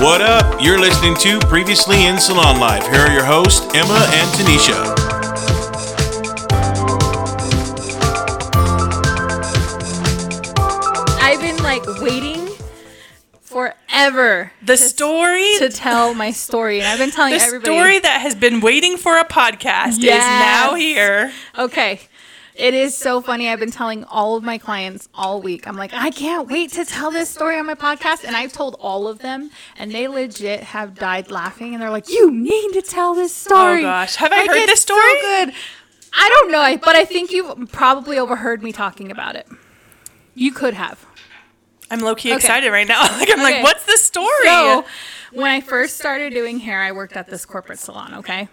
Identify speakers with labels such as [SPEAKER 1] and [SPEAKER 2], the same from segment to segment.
[SPEAKER 1] What up? You're listening to Previously in Salon Life. Here are your hosts, Emma and Tanisha.
[SPEAKER 2] I've been like waiting forever
[SPEAKER 3] The story,
[SPEAKER 2] to tell my story, and I've been telling
[SPEAKER 3] the
[SPEAKER 2] everybody.
[SPEAKER 3] story that has been waiting for a podcast is
[SPEAKER 2] Yes.
[SPEAKER 3] now here.
[SPEAKER 2] Okay, it is so funny. I've been telling all of my clients all week. I'm like, I can't wait to tell this story on my podcast, and I've told all of them, and they legit have died laughing, and they're like, "You need to tell this story."
[SPEAKER 3] Oh, gosh. Have I
[SPEAKER 2] Like,
[SPEAKER 3] heard
[SPEAKER 2] it's
[SPEAKER 3] this story?
[SPEAKER 2] So good. I don't know, I- but I think you've probably overheard me talking about it. You could have.
[SPEAKER 3] I'm low key excited right now. Like I'm
[SPEAKER 2] Okay.
[SPEAKER 3] like, what's the story?
[SPEAKER 2] So, when I first started doing hair, I worked at this corporate salon, okay?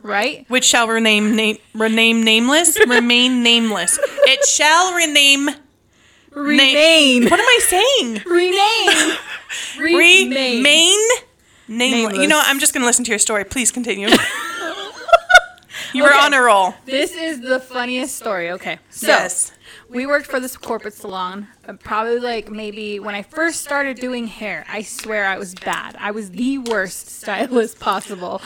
[SPEAKER 2] Right?
[SPEAKER 3] Which shall rename name rename nameless remain nameless. It shall rename. na-
[SPEAKER 2] Remain.
[SPEAKER 3] What am I saying?
[SPEAKER 2] Rename. Rename.
[SPEAKER 3] Remain nameless. You know,
[SPEAKER 2] Nameless.
[SPEAKER 3] what? I'm just gonna listen to your story. Please continue. you were
[SPEAKER 2] Okay.
[SPEAKER 3] on a roll.
[SPEAKER 2] This is the funniest story, okay? So,
[SPEAKER 3] yes.
[SPEAKER 2] we worked for this corporate salon, uh, probably like maybe when I first started doing hair, I swear I was bad. I was the worst stylist possible.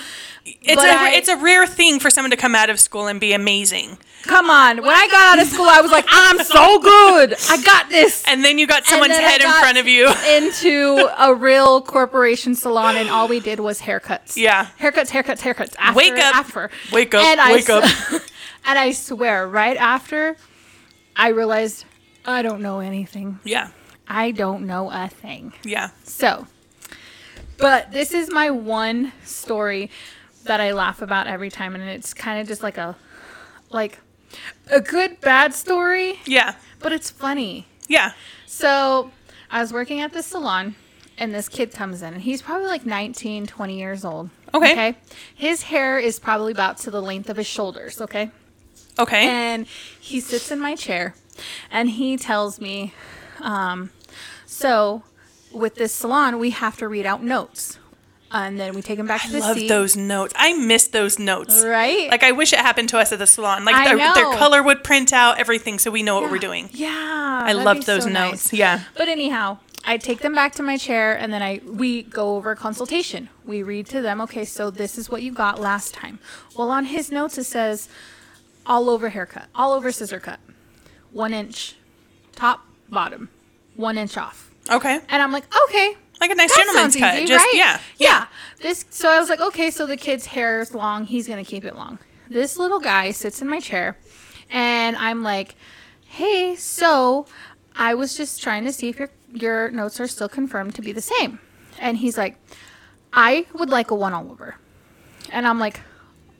[SPEAKER 3] It's
[SPEAKER 2] but
[SPEAKER 3] a
[SPEAKER 2] I-
[SPEAKER 3] it's a rare thing for someone to come out of school and be amazing.
[SPEAKER 2] Come on. When I got out of school, I was like, I'm so good. I got this.
[SPEAKER 3] And then you got someone's
[SPEAKER 2] then I
[SPEAKER 3] head in
[SPEAKER 2] got-
[SPEAKER 3] front of you.
[SPEAKER 2] into a real corporation salon, and all we did was haircuts.
[SPEAKER 3] Yeah.
[SPEAKER 2] haircuts, haircuts, haircuts. After,
[SPEAKER 3] Wake up.
[SPEAKER 2] after.
[SPEAKER 3] Wake up,
[SPEAKER 2] I
[SPEAKER 3] wake up.
[SPEAKER 2] s- and I swear, right after, I realized I don't know anything.
[SPEAKER 3] Yeah.
[SPEAKER 2] I don't know a thing.
[SPEAKER 3] Yeah.
[SPEAKER 2] So, but this is my one story that I laugh about every time, and it's kind of just like a, like, a good bad story,
[SPEAKER 3] Yeah.
[SPEAKER 2] but it's funny.
[SPEAKER 3] Yeah.
[SPEAKER 2] So I was working at this salon and this kid comes in and he's probably like 19, 20 years old.
[SPEAKER 3] Okay.
[SPEAKER 2] His hair is probably about to the length of his shoulders. Okay.
[SPEAKER 3] Okay.
[SPEAKER 2] And he sits in my chair and he tells me, um, so with this salon, we have to read out notes and then we take him back to
[SPEAKER 3] I
[SPEAKER 2] the
[SPEAKER 3] love
[SPEAKER 2] seat.
[SPEAKER 3] those notes. I miss those notes.
[SPEAKER 2] Right?
[SPEAKER 3] Like I wish it happened to us at the salon. Like
[SPEAKER 2] I
[SPEAKER 3] their, their
[SPEAKER 2] know.
[SPEAKER 3] color would print out everything, so we know what we're doing.
[SPEAKER 2] Yeah.
[SPEAKER 3] I loved those notes. Yeah.
[SPEAKER 2] But anyhow, I take them back to my chair and then I we go over consultation. We read to them, okay, so this is what you got last time. Well, on his notes it says all over haircut, all over scissor cut. 1 inch top bottom. 1 inch off.
[SPEAKER 3] Okay.
[SPEAKER 2] And I'm like, okay.
[SPEAKER 3] Like a nice
[SPEAKER 2] That
[SPEAKER 3] gentleman's
[SPEAKER 2] sounds
[SPEAKER 3] cut.
[SPEAKER 2] easy,
[SPEAKER 3] Just
[SPEAKER 2] right?
[SPEAKER 3] yeah.
[SPEAKER 2] Yeah. This so I was like, okay, so the kid's hair is long, he's gonna keep it long. This little guy sits in my chair and I'm like, Hey, so I was just trying to see if your your notes are still confirmed to be the same. And he's like, I would like a one all over. And I'm like,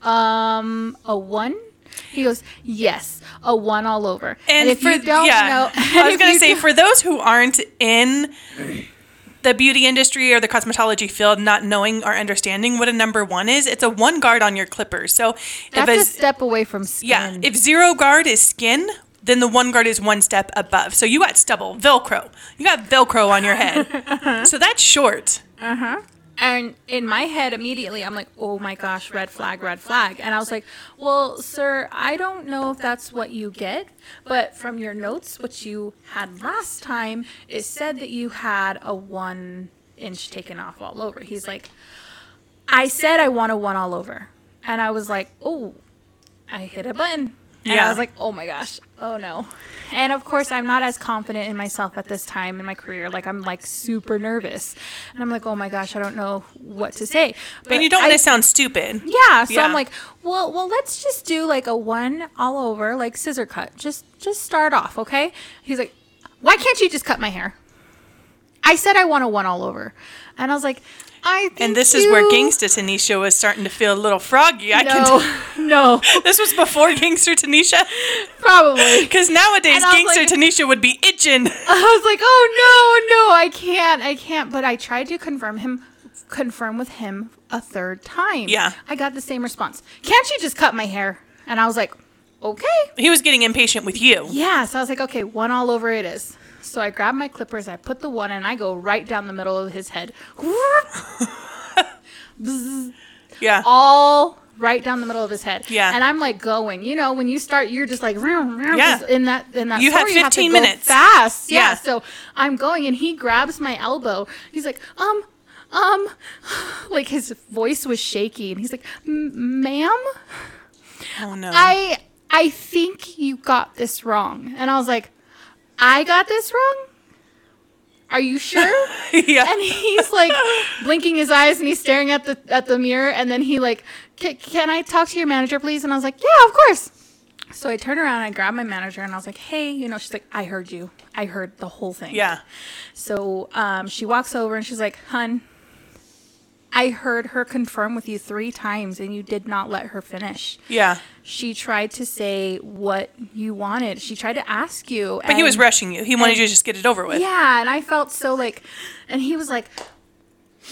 [SPEAKER 2] um, a one? He goes, Yes, a one all over.
[SPEAKER 3] And,
[SPEAKER 2] if
[SPEAKER 3] for
[SPEAKER 2] you don't
[SPEAKER 3] yeah,
[SPEAKER 2] know
[SPEAKER 3] I
[SPEAKER 2] and
[SPEAKER 3] was
[SPEAKER 2] if
[SPEAKER 3] gonna
[SPEAKER 2] you
[SPEAKER 3] say
[SPEAKER 2] don't-
[SPEAKER 3] for those who aren't in the beauty industry or the cosmetology field, not knowing or understanding what a number one is, it's a one guard on your clippers. So if
[SPEAKER 2] that's a
[SPEAKER 3] it's
[SPEAKER 2] step away from skin.
[SPEAKER 3] Yeah, if zero guard is skin, then the one guard is one step above. So you got stubble, Velcro. You got Velcro on your head. so that's short.
[SPEAKER 2] And in my head, immediately, I'm like, oh my gosh, red flag, red flag. And I was like, well, sir, I don't know if that's what you get, but from your notes, what you had last time, it said that you had a one inch taken off all over. He's like, I said I want a one all over. And I was like, oh, I hit a button. And I
[SPEAKER 3] Yeah.
[SPEAKER 2] was like, oh my gosh, oh no. And of course, I'm not as confident in myself at this time in my career. Like, I'm like super nervous. And I'm like, oh my gosh, I don't know what to say. But
[SPEAKER 3] And you don't
[SPEAKER 2] I-
[SPEAKER 3] want to sound stupid.
[SPEAKER 2] Yeah. So I'm
[SPEAKER 3] Yeah.
[SPEAKER 2] like, well, well, let's just do like a one all over, like scissor cut. Just, just start off, okay? He's like, why can't you just cut my hair? I said I want a one all over. And I was like, I think
[SPEAKER 3] And this is where
[SPEAKER 2] you-
[SPEAKER 3] Gangsta Tanisha was starting to feel a little froggy. I can
[SPEAKER 2] No, no,
[SPEAKER 3] This was before Gangster Tanisha.
[SPEAKER 2] probably.
[SPEAKER 3] Because nowadays,
[SPEAKER 2] And I was
[SPEAKER 3] Gangster
[SPEAKER 2] like-
[SPEAKER 3] Tanisha would be itching.
[SPEAKER 2] I was like, oh no, no, I can't, I can't. But I tried to confirm him, confirm with him a third time.
[SPEAKER 3] Yeah.
[SPEAKER 2] I got the same response. Can't you just cut my hair? And I was like, okay.
[SPEAKER 3] He was getting impatient with you.
[SPEAKER 2] Yeah. So I was like, okay, one all over it is. So I grab my clippers, I put the one, and I go right down the middle of his head,
[SPEAKER 3] Yeah.
[SPEAKER 2] all right down the middle of his head.
[SPEAKER 3] Yeah.
[SPEAKER 2] And I'm like going, you know, when you start, you're just like,
[SPEAKER 3] Yeah.
[SPEAKER 2] yeah. In that, in that.
[SPEAKER 3] You have
[SPEAKER 2] story, have to
[SPEAKER 3] 15
[SPEAKER 2] go
[SPEAKER 3] minutes.
[SPEAKER 2] fast. Yeah.
[SPEAKER 3] Yeah.
[SPEAKER 2] So I'm going, and he grabs my elbow. He's like, um, um, like his voice was shaky, and he's like, "M- ma'am,
[SPEAKER 3] Oh no.
[SPEAKER 2] I I think you got this wrong. And I was like, I got this wrong? Are you sure?
[SPEAKER 3] yeah.
[SPEAKER 2] and he's like blinking his eyes and he's staring at the at the mirror and then he like "Ca- can i talk to your manager please and i was like yeah of course so i turned around and i grabbed my manager and i was like hey you know she's like i heard you i heard the whole thing
[SPEAKER 3] yeah.
[SPEAKER 2] so um, she walks over and she's like hun i heard her confirm with you three times and you did not let her finish
[SPEAKER 3] Yeah.
[SPEAKER 2] she tried to say what you wanted she tried to ask you
[SPEAKER 3] But he was rushing you. He wanted you to just get it over with.
[SPEAKER 2] yeah, and I felt so like, and he was like,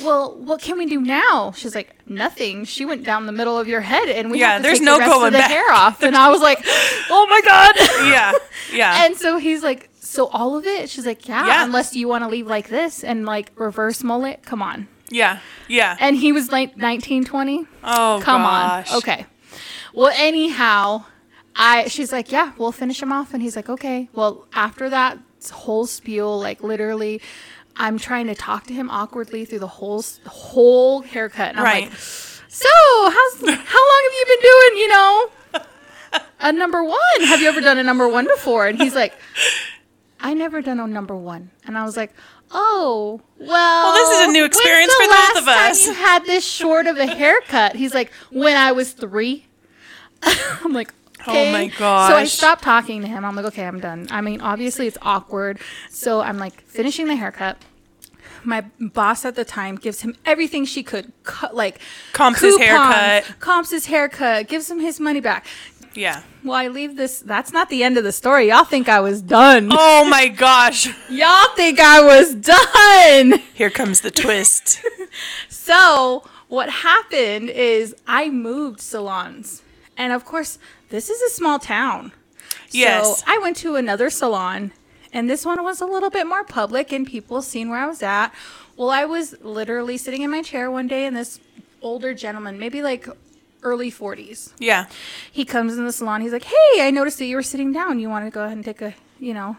[SPEAKER 2] "Well, what can we do now?" She's like, "Nothing." She went down the middle of your head, and we
[SPEAKER 3] Yeah,
[SPEAKER 2] have to
[SPEAKER 3] there's
[SPEAKER 2] take
[SPEAKER 3] no
[SPEAKER 2] the rest
[SPEAKER 3] going
[SPEAKER 2] of the
[SPEAKER 3] back.
[SPEAKER 2] hair off. And I was like, "Oh my god!"
[SPEAKER 3] Yeah. Yeah.
[SPEAKER 2] and so he's like, "So all of it?" She's like, "Yeah,
[SPEAKER 3] Yeah.
[SPEAKER 2] unless you want to leave like this and like reverse mullet. Come on."
[SPEAKER 3] yeah. Yeah.
[SPEAKER 2] And he was like 19, 20.
[SPEAKER 3] oh
[SPEAKER 2] Come
[SPEAKER 3] gosh.
[SPEAKER 2] on. Okay. Well, anyhow, I she's like, yeah, we'll finish him off, and he's like, okay. Well, after that whole spiel, like literally, I'm trying to talk to him awkwardly through the whole s- whole haircut, and I'm
[SPEAKER 3] Right.
[SPEAKER 2] like, so how's how long have you been doing? You know, a number one. Have you ever done a number one before? And he's like. I never done a number one, and I was like, "Oh, well." Well,
[SPEAKER 3] this is a new experience for both of us."
[SPEAKER 2] you had this short of a haircut. He's like, when I was three. I'm like, okay.
[SPEAKER 3] Oh my
[SPEAKER 2] So I
[SPEAKER 3] gosh.
[SPEAKER 2] stopped talking to him. I'm like, okay, I'm done. I mean, obviously it's awkward. So I'm like finishing the haircut. My boss at the time gives him everything she could, cut, like
[SPEAKER 3] Comps his
[SPEAKER 2] coupons,
[SPEAKER 3] haircut.
[SPEAKER 2] comps his haircut, gives him his money back.
[SPEAKER 3] Yeah.
[SPEAKER 2] Well, I leave this. That's not the end of the story. Y'all think I was done.
[SPEAKER 3] Oh my gosh.
[SPEAKER 2] Y'all think I was done.
[SPEAKER 3] Here comes the twist.
[SPEAKER 2] So what happened is I moved salons, and of course this is a small town.
[SPEAKER 3] Yes.
[SPEAKER 2] So I went to another salon, and this one was a little bit more public, and people seen where I was at. Well, I was literally sitting in my chair one day, and this older gentleman, maybe like early 40s,
[SPEAKER 3] Yeah.
[SPEAKER 2] he comes in the salon. He's like, "Hey, I noticed that you were sitting down. You want to go ahead and take a, you know,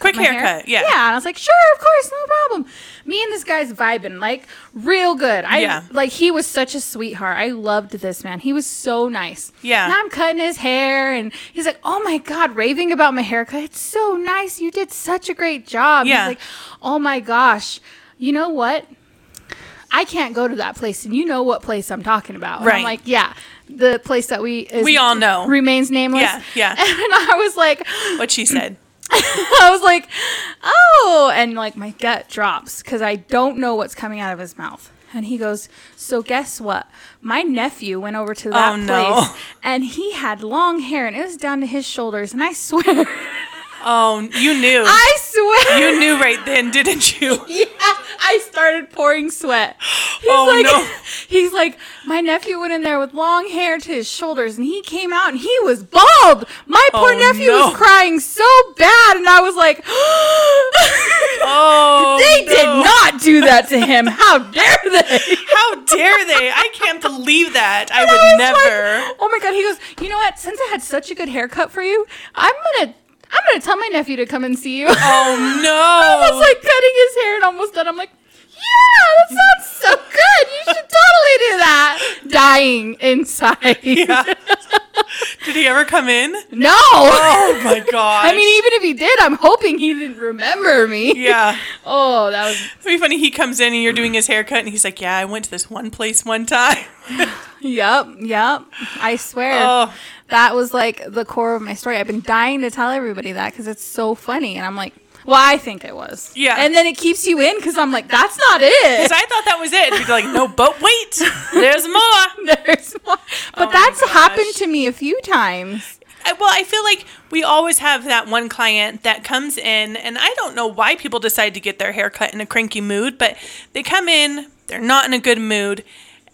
[SPEAKER 3] Quick
[SPEAKER 2] my hair?
[SPEAKER 3] haircut. Yeah.
[SPEAKER 2] Yeah. And I was like, sure, of course, no problem. Me and this guy's vibing like real good. I
[SPEAKER 3] Yeah.
[SPEAKER 2] like he was such a sweetheart. I loved this man. He was so nice.
[SPEAKER 3] Yeah.
[SPEAKER 2] And I'm cutting his hair and he's like, Oh my god, raving about my haircut. It's so nice. You did such a great job.
[SPEAKER 3] Yeah.
[SPEAKER 2] He's like, Oh my gosh. You know what? I can't go to that place, and you know what place I'm talking about. And I'm
[SPEAKER 3] Right.
[SPEAKER 2] like, yeah, the place that we is,
[SPEAKER 3] We all know.
[SPEAKER 2] remains nameless.
[SPEAKER 3] Yeah, yeah.
[SPEAKER 2] And I was like,
[SPEAKER 3] What she said.
[SPEAKER 2] I was like, oh, and like my gut drops because I don't know what's coming out of his mouth. And he goes, so guess what? My nephew went over to that
[SPEAKER 3] Oh,
[SPEAKER 2] place
[SPEAKER 3] no.
[SPEAKER 2] and he had long hair and it was down to his shoulders. And I swear,
[SPEAKER 3] Oh, you knew.
[SPEAKER 2] I swear,
[SPEAKER 3] you knew right then, didn't you?
[SPEAKER 2] yeah, I started pouring sweat. He's
[SPEAKER 3] Oh,
[SPEAKER 2] like,
[SPEAKER 3] no.
[SPEAKER 2] He's like, my nephew went in there with long hair to his shoulders, and he came out and he was bald. My poor
[SPEAKER 3] Oh,
[SPEAKER 2] nephew
[SPEAKER 3] no.
[SPEAKER 2] was crying so bad, and I was like,
[SPEAKER 3] Oh.
[SPEAKER 2] They did
[SPEAKER 3] no.
[SPEAKER 2] not do that to him. How dare they?
[SPEAKER 3] How dare they? I can't believe that. I
[SPEAKER 2] I
[SPEAKER 3] would
[SPEAKER 2] was
[SPEAKER 3] never.
[SPEAKER 2] like, oh my god. He goes, you know what? Since I had such a good haircut for you, I'm gonna, I'm gonna tell my nephew to come and see you.
[SPEAKER 3] oh
[SPEAKER 2] I was
[SPEAKER 3] no.
[SPEAKER 2] like cutting his hair and almost done. I'm like, yeah, that sounds so good. You should totally do that. Dying inside.
[SPEAKER 3] Did he ever come in?
[SPEAKER 2] No.
[SPEAKER 3] Oh my gosh.
[SPEAKER 2] I mean, even if he did, I'm hoping he didn't remember me.
[SPEAKER 3] yeah.
[SPEAKER 2] Oh, that was
[SPEAKER 3] It'd be funny. He comes in and you're doing his haircut, and he's like, "Yeah, I went to this one place one time."
[SPEAKER 2] Yep, yep. I swear.
[SPEAKER 3] Oh.
[SPEAKER 2] That was like the core of my story. I've been dying to tell everybody that because it's so funny. And I'm like, well, I think it was.
[SPEAKER 3] Yeah.
[SPEAKER 2] And then it keeps you in because I'm like, that's not
[SPEAKER 3] Because
[SPEAKER 2] it.
[SPEAKER 3] I thought that was it. You'd be like, "No, but wait, there's more."
[SPEAKER 2] There's more. But
[SPEAKER 3] Oh my
[SPEAKER 2] that's
[SPEAKER 3] gosh.
[SPEAKER 2] happened to me a few times.
[SPEAKER 3] I- Well, I feel like we always have that one client that comes in, and I don't know why people decide to get their hair cut in a cranky mood, but they come in, they're not in a good mood,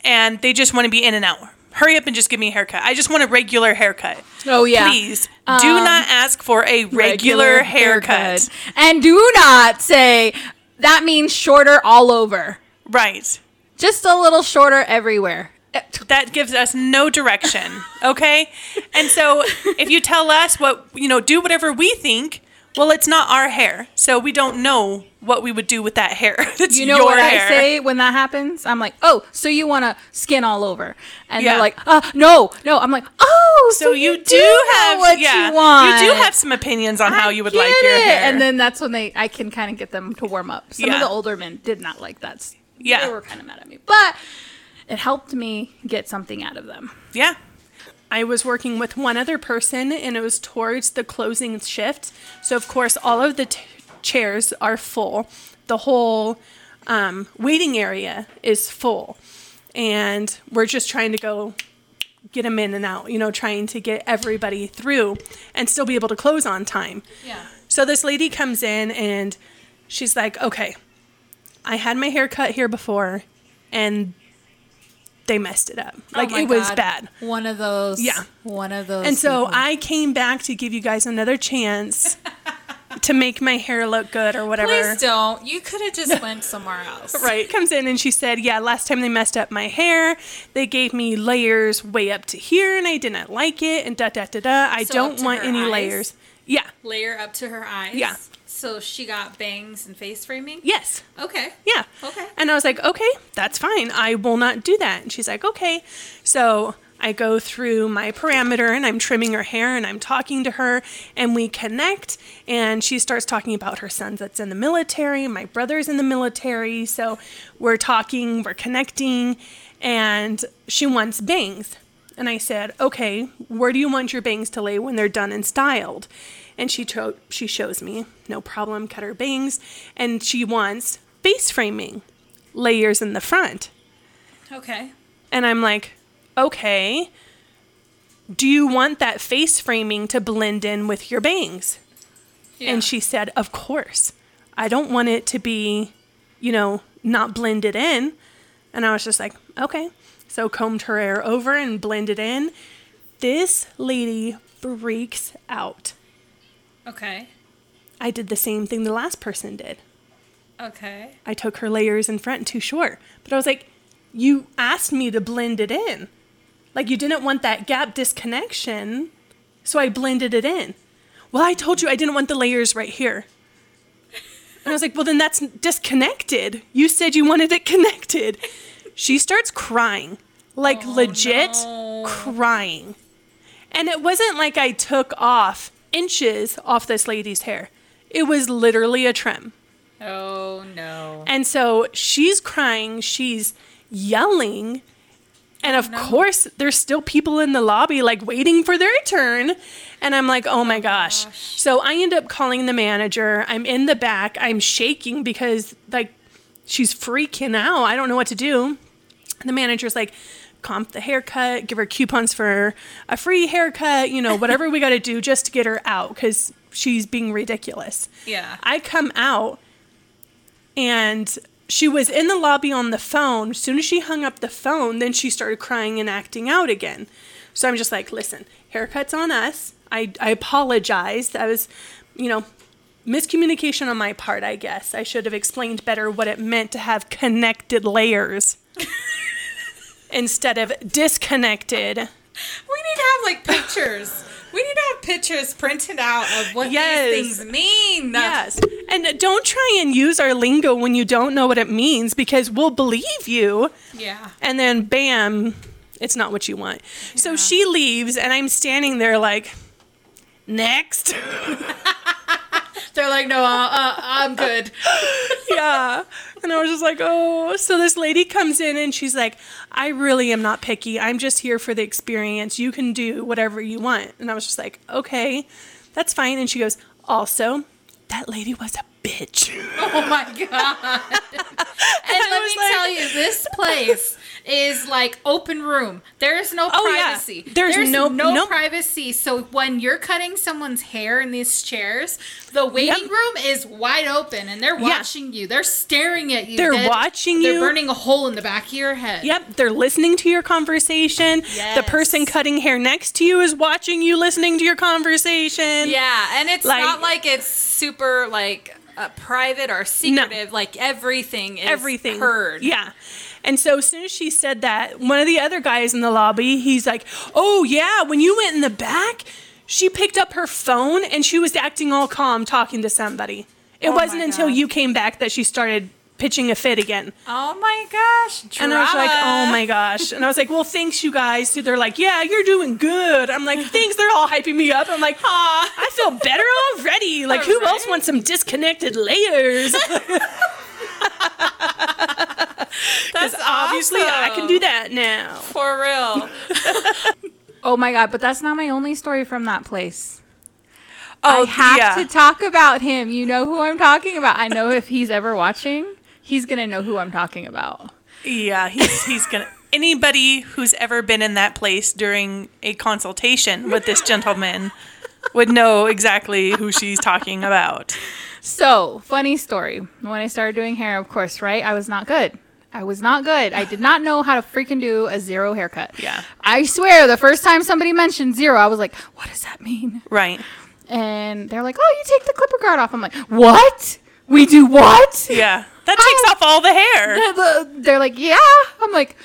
[SPEAKER 3] and they just want to be in and out. Hurry up and just give me a haircut. I just want a regular haircut.
[SPEAKER 2] Oh, yeah.
[SPEAKER 3] Please do not ask for a regular, haircut.
[SPEAKER 2] And do not say that means shorter all over,
[SPEAKER 3] Right.
[SPEAKER 2] just a little shorter everywhere.
[SPEAKER 3] that gives us no direction okay and so if you tell us what you know do whatever we think
[SPEAKER 4] Well, it's not our hair, so we don't know what we would do with that hair. it's
[SPEAKER 2] You know
[SPEAKER 4] your
[SPEAKER 2] what
[SPEAKER 4] hair.
[SPEAKER 2] I say when that happens? I'm like, oh, so you want to skin all over? And
[SPEAKER 4] Yeah.
[SPEAKER 2] they're like, uh, no, no. I'm like, oh, so,
[SPEAKER 4] So you, do,
[SPEAKER 2] know
[SPEAKER 4] have
[SPEAKER 2] what
[SPEAKER 4] yeah,
[SPEAKER 2] you want.
[SPEAKER 4] do have some opinions on how
[SPEAKER 2] I
[SPEAKER 4] you would
[SPEAKER 2] get
[SPEAKER 4] like your
[SPEAKER 2] it.
[SPEAKER 4] hair.
[SPEAKER 2] And then that's when they, I can kind of get them to warm up. Some
[SPEAKER 4] Yeah.
[SPEAKER 2] of the older men did not like that. s-
[SPEAKER 4] Yeah.
[SPEAKER 2] they were kind of mad at me, but it helped me get something out of them.
[SPEAKER 4] yeah.
[SPEAKER 3] I was working with one other person and it was towards the closing shift. So, of course, all of the t- chairs are full. The whole um, waiting area is full. And we're just trying to go get them in and out, you know, trying to get everybody through and still be able to close on time.
[SPEAKER 2] Yeah.
[SPEAKER 3] So this lady comes in and she's like, "Okay, I had my hair cut here before, and they messed it up.
[SPEAKER 2] Oh
[SPEAKER 3] Like it was bad.
[SPEAKER 5] Oh One of those.
[SPEAKER 3] Yeah.
[SPEAKER 5] One of those.
[SPEAKER 3] And so
[SPEAKER 5] people.
[SPEAKER 3] I came back to give you guys another chance to make my hair look good or whatever.
[SPEAKER 5] Please don't. You could have just went somewhere else.
[SPEAKER 3] Right. Comes in and she said, Yeah, last time they messed up my hair, they gave me layers way up to here and I didn't like it and da da da da. I
[SPEAKER 5] So up
[SPEAKER 3] don't
[SPEAKER 5] to
[SPEAKER 3] want
[SPEAKER 5] her
[SPEAKER 3] any
[SPEAKER 5] eyes?
[SPEAKER 3] layers. Yeah.
[SPEAKER 5] Layer up to her eyes.
[SPEAKER 3] Yeah.
[SPEAKER 5] So she got bangs and face framing.
[SPEAKER 3] Yes.
[SPEAKER 5] Okay.
[SPEAKER 3] Yeah.
[SPEAKER 5] Okay.
[SPEAKER 3] And I was like, okay, that's fine. I will not do that. And she's like, okay. So I go through my parameter and I'm trimming her hair and I'm talking to her and we connect. And she starts talking about her son that's in the military. My brother's in the military. So we're talking, we're connecting. And she wants bangs. And I said, okay, where do you want your bangs to lay when they're done and styled? And she, cho- she shows me, no problem, cut her bangs. And she wants base framing, layers in the front.
[SPEAKER 5] Okay.
[SPEAKER 3] And I'm like, okay, do you want that face framing to blend in with your bangs?
[SPEAKER 5] Yeah.
[SPEAKER 3] And she said, Of course. I don't want it to be, you know, not blended in. And I was just like, Okay. So combed her hair over and blended in. This lady freaks out.
[SPEAKER 5] Okay.
[SPEAKER 3] I did the same thing the last person did.
[SPEAKER 5] Okay.
[SPEAKER 3] I took her layers in front too short. But I was like, you asked me to blend it in. Like you didn't want that gap disconnection, so I blended it in. Well, I told you I didn't want the layers right here. And I was like, well, then that's disconnected. You said you wanted it connected. She starts crying, like legit crying. And it wasn't like I took off inches off this lady's hair, it was literally a trim.
[SPEAKER 5] Oh no.
[SPEAKER 3] And so she's crying, she's yelling. And of course, there's still people in the lobby like waiting for their turn. And I'm like, oh my gosh. So I end up calling the manager. I'm in the back. I'm shaking because like she's freaking out. I don't know what to do. And the manager's like, comp the haircut, give her coupons for a free haircut, you know, whatever we got to do just to get her out because she's being ridiculous.
[SPEAKER 5] Yeah.
[SPEAKER 3] I come out and she was in the lobby on the phone. As soon as she hung up the phone, then she started crying and acting out again. So I'm just like, listen, haircut's on us. I, I apologize. That was, you know, miscommunication on my part, I guess. I should have explained better what it meant to have connected layers instead of disconnected.
[SPEAKER 5] We need to have like pictures. we need to have pictures printed out of what
[SPEAKER 3] Yes.
[SPEAKER 5] these things mean.
[SPEAKER 3] Yes. And don't try and use our lingo when you don't know what it means because we'll believe you.
[SPEAKER 5] Yeah.
[SPEAKER 3] and then bam, it's not what you want. So she leaves, and I'm standing there like, next.
[SPEAKER 5] They're like, no, uh, uh, I'm good.
[SPEAKER 3] yeah. And I was just like, oh. So this lady comes in and she's like, I really am not picky. I'm just here for the experience. You can do whatever you want. And I was just like, okay, that's fine. And she goes, also, that lady was a bitch.
[SPEAKER 5] Oh my god. and
[SPEAKER 3] I
[SPEAKER 5] let
[SPEAKER 3] was
[SPEAKER 5] me
[SPEAKER 3] like-
[SPEAKER 5] tell you, this place is like open room. There is no
[SPEAKER 3] Oh, yeah.
[SPEAKER 5] privacy.
[SPEAKER 3] There's no-
[SPEAKER 5] no
[SPEAKER 3] no-
[SPEAKER 5] privacy. So when you're cutting someone's hair in these chairs, the waiting
[SPEAKER 3] Yep.
[SPEAKER 5] room is wide open and they're watching you. They're staring at you.
[SPEAKER 3] They're watching
[SPEAKER 5] they're
[SPEAKER 3] you.
[SPEAKER 5] burning a hole in the back of your head.
[SPEAKER 3] Yep, they're listening to your conversation. The
[SPEAKER 5] Yes.
[SPEAKER 3] person cutting hair next to you is watching you listening to your conversation.
[SPEAKER 5] Yeah, and it's
[SPEAKER 3] Like-
[SPEAKER 5] not like it's super like uh, private or secretive. Like everything is
[SPEAKER 3] everything
[SPEAKER 5] heard.
[SPEAKER 3] Yeah. And so as soon as she said that, one of the other guys in the lobby, he's like, "Oh yeah, when you went in the back, she picked up her phone and she was acting all calm talking to somebody. It
[SPEAKER 5] Oh my
[SPEAKER 3] wasn't until
[SPEAKER 5] God.
[SPEAKER 3] you came back that she started pitching a fit again.
[SPEAKER 5] Oh my gosh.
[SPEAKER 3] And I was like,
[SPEAKER 5] drama.
[SPEAKER 3] oh my gosh. And I was like, well, thanks, you guys. So they're like, yeah, you're doing good. I'm like, thanks. They're all hyping me up. I'm like, ah, I feel better already. Like, who else wants some disconnected layers? Because obviously I can do that now.
[SPEAKER 5] For real.
[SPEAKER 2] Oh my god, but that's not my only story from that place.
[SPEAKER 4] Oh,
[SPEAKER 2] I have
[SPEAKER 4] yeah.
[SPEAKER 2] to talk about him. You know who I'm talking about. I know if he's ever watching, he's gonna know who I'm talking about.
[SPEAKER 4] Yeah, he's he's gonna. Anybody who's ever been in that place during a consultation with this gentleman would know exactly who she's talking about.
[SPEAKER 2] So, funny story. When I started doing hair, of course, right? I was not good. I was not good. I did not know how to freaking do a zero haircut.
[SPEAKER 4] Yeah.
[SPEAKER 2] I swear, the first time somebody mentioned zero, I was like, what does that mean?
[SPEAKER 4] Right.
[SPEAKER 2] And they're like, oh, you take the clipper guard off. I'm like, what? We do what?
[SPEAKER 4] Yeah. That takes off all the hair.
[SPEAKER 2] The- the- they're like, yeah. I'm like,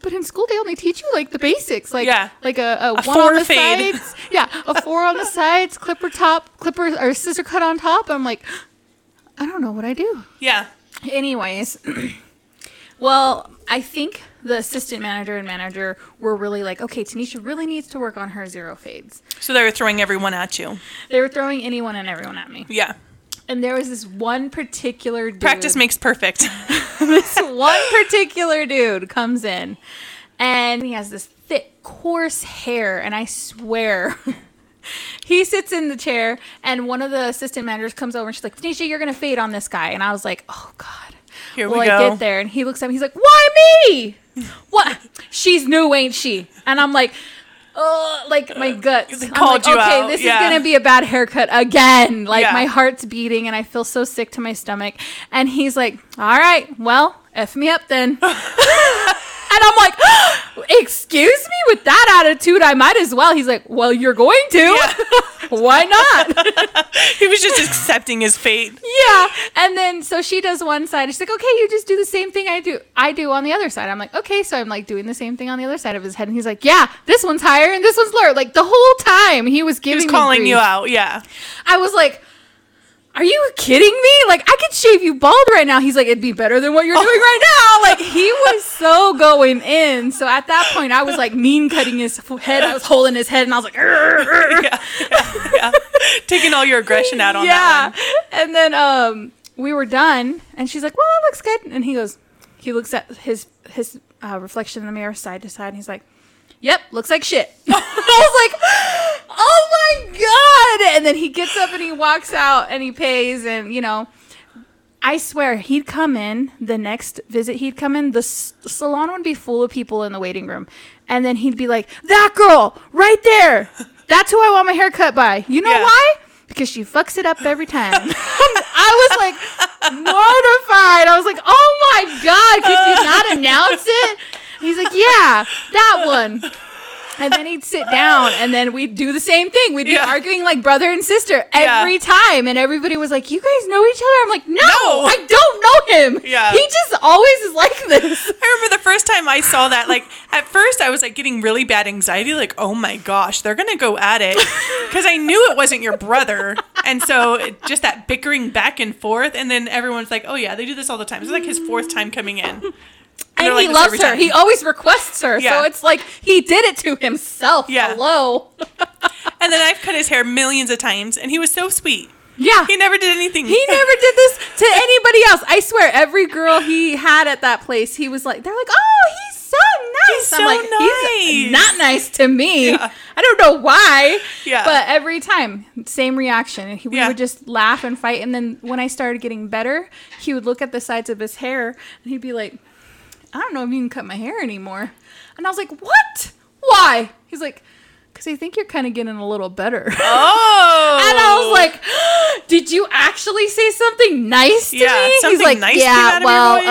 [SPEAKER 2] but in school they only teach you like the basics, like
[SPEAKER 4] Yeah.
[SPEAKER 2] like a, a, one
[SPEAKER 4] four
[SPEAKER 2] on the
[SPEAKER 4] fade.
[SPEAKER 2] sides, yeah, a four on the sides, clipper top, clipper or scissor cut on top. I'm like, I don't know what I do.
[SPEAKER 4] Yeah.
[SPEAKER 2] Anyways, well, I think the assistant manager and manager were really like, okay, Tanisha really needs to work on her zero fades.
[SPEAKER 4] So they're throwing everyone at you.
[SPEAKER 2] They were throwing anyone and everyone at me,
[SPEAKER 4] Yeah.
[SPEAKER 2] and there was this one particular dude.
[SPEAKER 4] Practice makes perfect.
[SPEAKER 2] this one particular dude comes in and he has this thick, coarse hair, and I swear. He sits in the chair, and one of the assistant managers comes over and she's like, Tanisha, you're gonna fade on this guy. And I was like, Oh God.
[SPEAKER 4] Here
[SPEAKER 2] well,
[SPEAKER 4] we
[SPEAKER 2] I
[SPEAKER 4] go.
[SPEAKER 2] get there, and he looks at me. He's like, "Why me? What? She's new, ain't she?" And I'm like, "Oh, like my guts." I'm
[SPEAKER 4] Uh,
[SPEAKER 2] like,
[SPEAKER 4] called you
[SPEAKER 2] okay,
[SPEAKER 4] out,
[SPEAKER 2] this
[SPEAKER 4] yeah.
[SPEAKER 2] is gonna be a bad haircut again. Like
[SPEAKER 4] Yeah.
[SPEAKER 2] my heart's beating, and I feel so sick to my stomach. And he's like, "All right, well, f me up then." And I'm like, excuse me, with that attitude, I might as well. He's like, well, you're going to. Why not?
[SPEAKER 4] he was just accepting his fate.
[SPEAKER 2] yeah. And then so she does one side. She's like, okay, you just do the same thing I do. I do on the other side. I'm like, okay. So I'm like doing the same thing on the other side of his head. And he's like, yeah, this one's higher and this one's lower. Like the whole time he was
[SPEAKER 4] He
[SPEAKER 2] giving me
[SPEAKER 4] was calling you
[SPEAKER 2] grief.
[SPEAKER 4] out. Yeah.
[SPEAKER 2] I was like, are you kidding me? Like I could shave you bald right now. He's like, it'd be better than what you're doing right now. Like he was so going in. So at that point, I was like mean cutting his head. I was holding his head, and I was like, "Arr, arr, arr."
[SPEAKER 4] Yeah. Yeah. yeah. Taking all your aggression out on that one.
[SPEAKER 2] And then um, we were done, and she's like, "Well, that looks good." And he goes, he looks at his his uh, reflection in the mirror, side to side, and he's like, "Yep, looks like shit." I was like, "Oh my god!" And then he gets up and he walks out and he pays, and you know. I swear, he'd come in the next visit. He'd come in, the s- salon would be full of people in the waiting room. And then he'd be like, That girl right there, that's who I want my haircut by. You know
[SPEAKER 4] Yeah.
[SPEAKER 2] why? Because she fucks it up every time. I was like mortified. I was like, Oh my God, could you not announce it? And he's like, Yeah, that one. And then he'd sit down, and then we'd do the same thing. We'd be
[SPEAKER 4] Yeah.
[SPEAKER 2] arguing like brother and sister
[SPEAKER 4] Yeah.
[SPEAKER 2] every time. And everybody was like, You guys know each other? I'm like, No,
[SPEAKER 4] No.
[SPEAKER 2] I don't know him.
[SPEAKER 4] Yeah.
[SPEAKER 2] He just always is like this.
[SPEAKER 4] I remember the first time I saw that, like, at first I was like getting really bad anxiety, like, oh my gosh, they're gonna go at it. Because I knew it wasn't your brother. And so it, just that bickering back and forth. And then everyone's like, oh yeah, they do this all the time. It's like his fourth time coming in.
[SPEAKER 2] And
[SPEAKER 4] And, they're like
[SPEAKER 2] he
[SPEAKER 4] this
[SPEAKER 2] loves her.
[SPEAKER 4] every time.
[SPEAKER 2] He always requests her.
[SPEAKER 4] Yeah.
[SPEAKER 2] So it's like he did it to himself.
[SPEAKER 4] Yeah.
[SPEAKER 2] Hello.
[SPEAKER 4] and then I've cut his hair millions of times, and he was so sweet.
[SPEAKER 2] Yeah.
[SPEAKER 4] He never did anything.
[SPEAKER 2] He never did this to anybody else. I swear, every girl he had at that place, he was like, they're like, oh, he's so nice.
[SPEAKER 4] He's
[SPEAKER 2] I'm
[SPEAKER 4] so
[SPEAKER 2] like,
[SPEAKER 4] nice."
[SPEAKER 2] he's not nice to me.
[SPEAKER 4] Yeah.
[SPEAKER 2] I don't know why.
[SPEAKER 4] Yeah.
[SPEAKER 2] But every time, same reaction. And he, we
[SPEAKER 4] Yeah.
[SPEAKER 2] would just laugh and fight. And then when I started getting better, he would look at the sides of his hair and he'd be like, I don't know if you can cut my hair anymore. And I was like, what? Why? He's like, because I think you're kind of getting a little better.
[SPEAKER 4] Oh.
[SPEAKER 2] And I was like, "Did you actually say something nice to
[SPEAKER 4] Yeah,
[SPEAKER 2] me?"
[SPEAKER 4] something nice came out of your voice."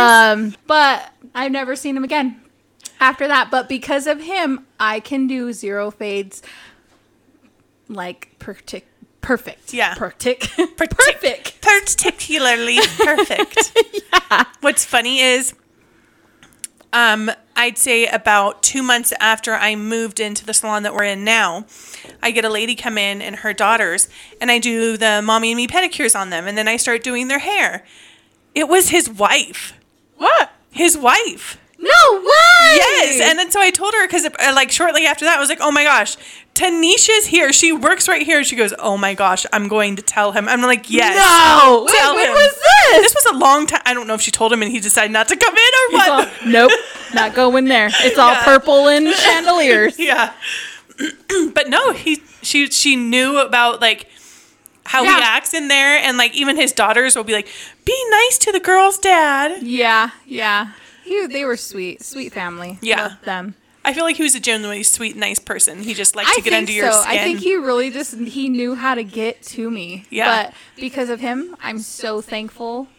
[SPEAKER 2] um, but I've never seen him again after that. But because of him, I can do zero fades, like partic- perfect.
[SPEAKER 4] Yeah.
[SPEAKER 2] partic-
[SPEAKER 4] Partic-
[SPEAKER 2] perfect.
[SPEAKER 4] particularly perfect. What's funny is, um, I'd say about two months after I moved into the salon that we're in now, I get a lady come in and her daughters, and I do the mommy and me pedicures on them, and then I start doing their hair. It was his wife.
[SPEAKER 3] What?
[SPEAKER 4] His wife.
[SPEAKER 2] No way!
[SPEAKER 4] Yes, and then so I told her because like shortly after that, I was like, "Oh my gosh, Tanisha's here. She works right here." She goes, "Oh my gosh, I'm going to tell him." I'm like, "Yes."
[SPEAKER 2] no. Wait,
[SPEAKER 4] Tell
[SPEAKER 2] when
[SPEAKER 4] him.
[SPEAKER 2] was this?
[SPEAKER 4] This was a long time. I don't know if she told him and he decided not to come in or
[SPEAKER 2] It's all-
[SPEAKER 4] what.
[SPEAKER 2] nope, not going there. It's all purple and chandeliers.
[SPEAKER 4] yeah, but no, he she she knew about like how
[SPEAKER 2] Yeah.
[SPEAKER 4] he acts in there, and like even his daughters will be like, "Be nice to the girls, Dad."
[SPEAKER 2] Yeah, yeah. He, they were sweet, sweet family.
[SPEAKER 4] Yeah.
[SPEAKER 2] Loved them.
[SPEAKER 4] I feel like he was a genuinely sweet, nice person. He just liked
[SPEAKER 2] I
[SPEAKER 4] to get
[SPEAKER 2] think
[SPEAKER 4] under your
[SPEAKER 2] so.
[SPEAKER 4] skin.
[SPEAKER 2] I think he really just he knew how to get to me.
[SPEAKER 4] Yeah.
[SPEAKER 2] But because of him, I'm so thankful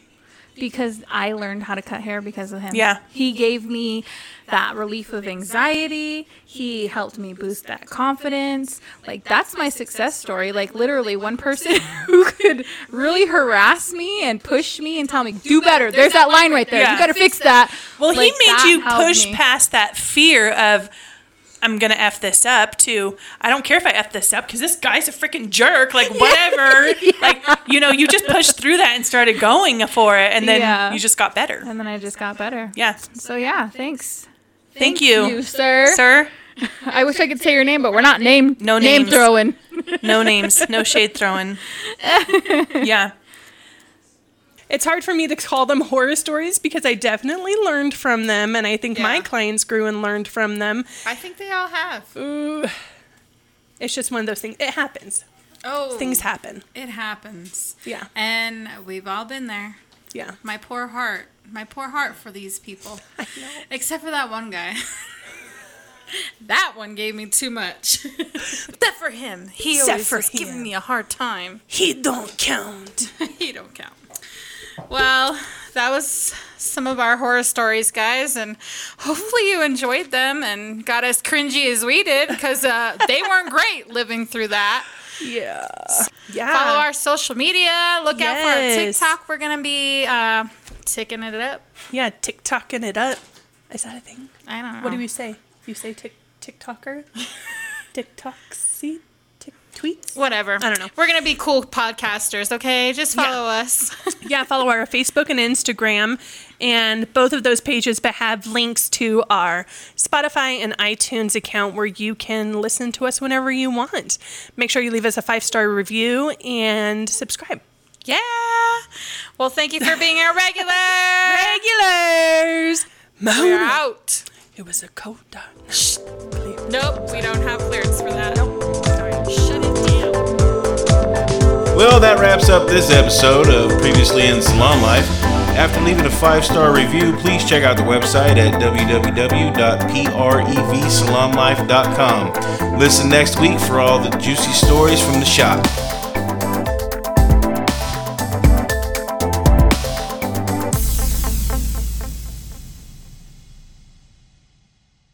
[SPEAKER 2] because I learned how to cut hair because of him.
[SPEAKER 4] Yeah.
[SPEAKER 2] He gave me that relief of anxiety. He helped me boost that confidence. Like that's my success story. Like literally one person who could really harass me and push me and tell me, do better. There's that line right there.
[SPEAKER 4] Yeah.
[SPEAKER 2] You better fix that.
[SPEAKER 4] Well,
[SPEAKER 2] Like,
[SPEAKER 4] he made
[SPEAKER 2] that
[SPEAKER 4] you
[SPEAKER 2] helped
[SPEAKER 4] push
[SPEAKER 2] me.
[SPEAKER 4] past that fear of I'm gonna f this up to I don't care if I f this up because this guy's a freaking jerk. Like whatever. Like you know, you just pushed through that and started going for it, and then
[SPEAKER 2] Yeah.
[SPEAKER 4] you just got better.
[SPEAKER 2] And then I just got better.
[SPEAKER 4] Yeah.
[SPEAKER 2] So yeah, thanks.
[SPEAKER 4] Thank you,
[SPEAKER 2] sir.
[SPEAKER 4] sir.
[SPEAKER 2] I wish I could say your name, but we're not name
[SPEAKER 4] No
[SPEAKER 2] name
[SPEAKER 4] names.
[SPEAKER 2] throwing.
[SPEAKER 4] No names, no shade throwing. Yeah.
[SPEAKER 3] It's hard for me to call them horror stories because I definitely learned from them, and I think my
[SPEAKER 5] Yeah.
[SPEAKER 3] clients grew and learned from them.
[SPEAKER 5] I think they all have.
[SPEAKER 3] Ooh, it's just one of those things. It happens.
[SPEAKER 5] Oh,
[SPEAKER 3] Things happen.
[SPEAKER 5] It happens.
[SPEAKER 3] Yeah.
[SPEAKER 5] And we've all been there.
[SPEAKER 3] Yeah.
[SPEAKER 5] My poor heart. My poor heart for these people. Except for that one guy. that one gave me too much. Except for him. He
[SPEAKER 3] Except
[SPEAKER 5] always
[SPEAKER 3] for
[SPEAKER 5] was giving
[SPEAKER 3] him.
[SPEAKER 5] me a hard time.
[SPEAKER 3] He don't count.
[SPEAKER 5] he don't count. Well, that was some of our horror stories, guys, and hopefully you enjoyed them and got as cringy as we did because uh, they weren't great living through that.
[SPEAKER 3] Yeah. Yeah.
[SPEAKER 5] Follow our social media. Look
[SPEAKER 3] Yes.
[SPEAKER 5] out for our TikTok. We're gonna be uh, ticking it up.
[SPEAKER 3] yeah, TikToking it up. Is that a thing?
[SPEAKER 5] I don't know.
[SPEAKER 3] What do you say? You say tick TikToker? TikToksy? Tik tweets?
[SPEAKER 5] Whatever.
[SPEAKER 3] I don't know.
[SPEAKER 5] We're gonna be cool podcasters. Okay, just follow us.
[SPEAKER 3] yeah, follow our Facebook and Instagram, and both of those pages but have links to our Spotify and iTunes account where you can listen to us whenever you want. Make sure you leave us a five star review and subscribe.
[SPEAKER 5] yeah. Well, thank you for being our regular.
[SPEAKER 3] Regulars,
[SPEAKER 5] We're
[SPEAKER 3] Mona.
[SPEAKER 5] out.
[SPEAKER 3] It was a cold dark.
[SPEAKER 5] Nope, we don't have clearance for that. Shut it down.
[SPEAKER 1] Well, that wraps up this episode of Previously in Salon Life. After leaving a five star review, please check out the website at E www.prevsalonlife.com. Listen next week for all the juicy stories from the shop.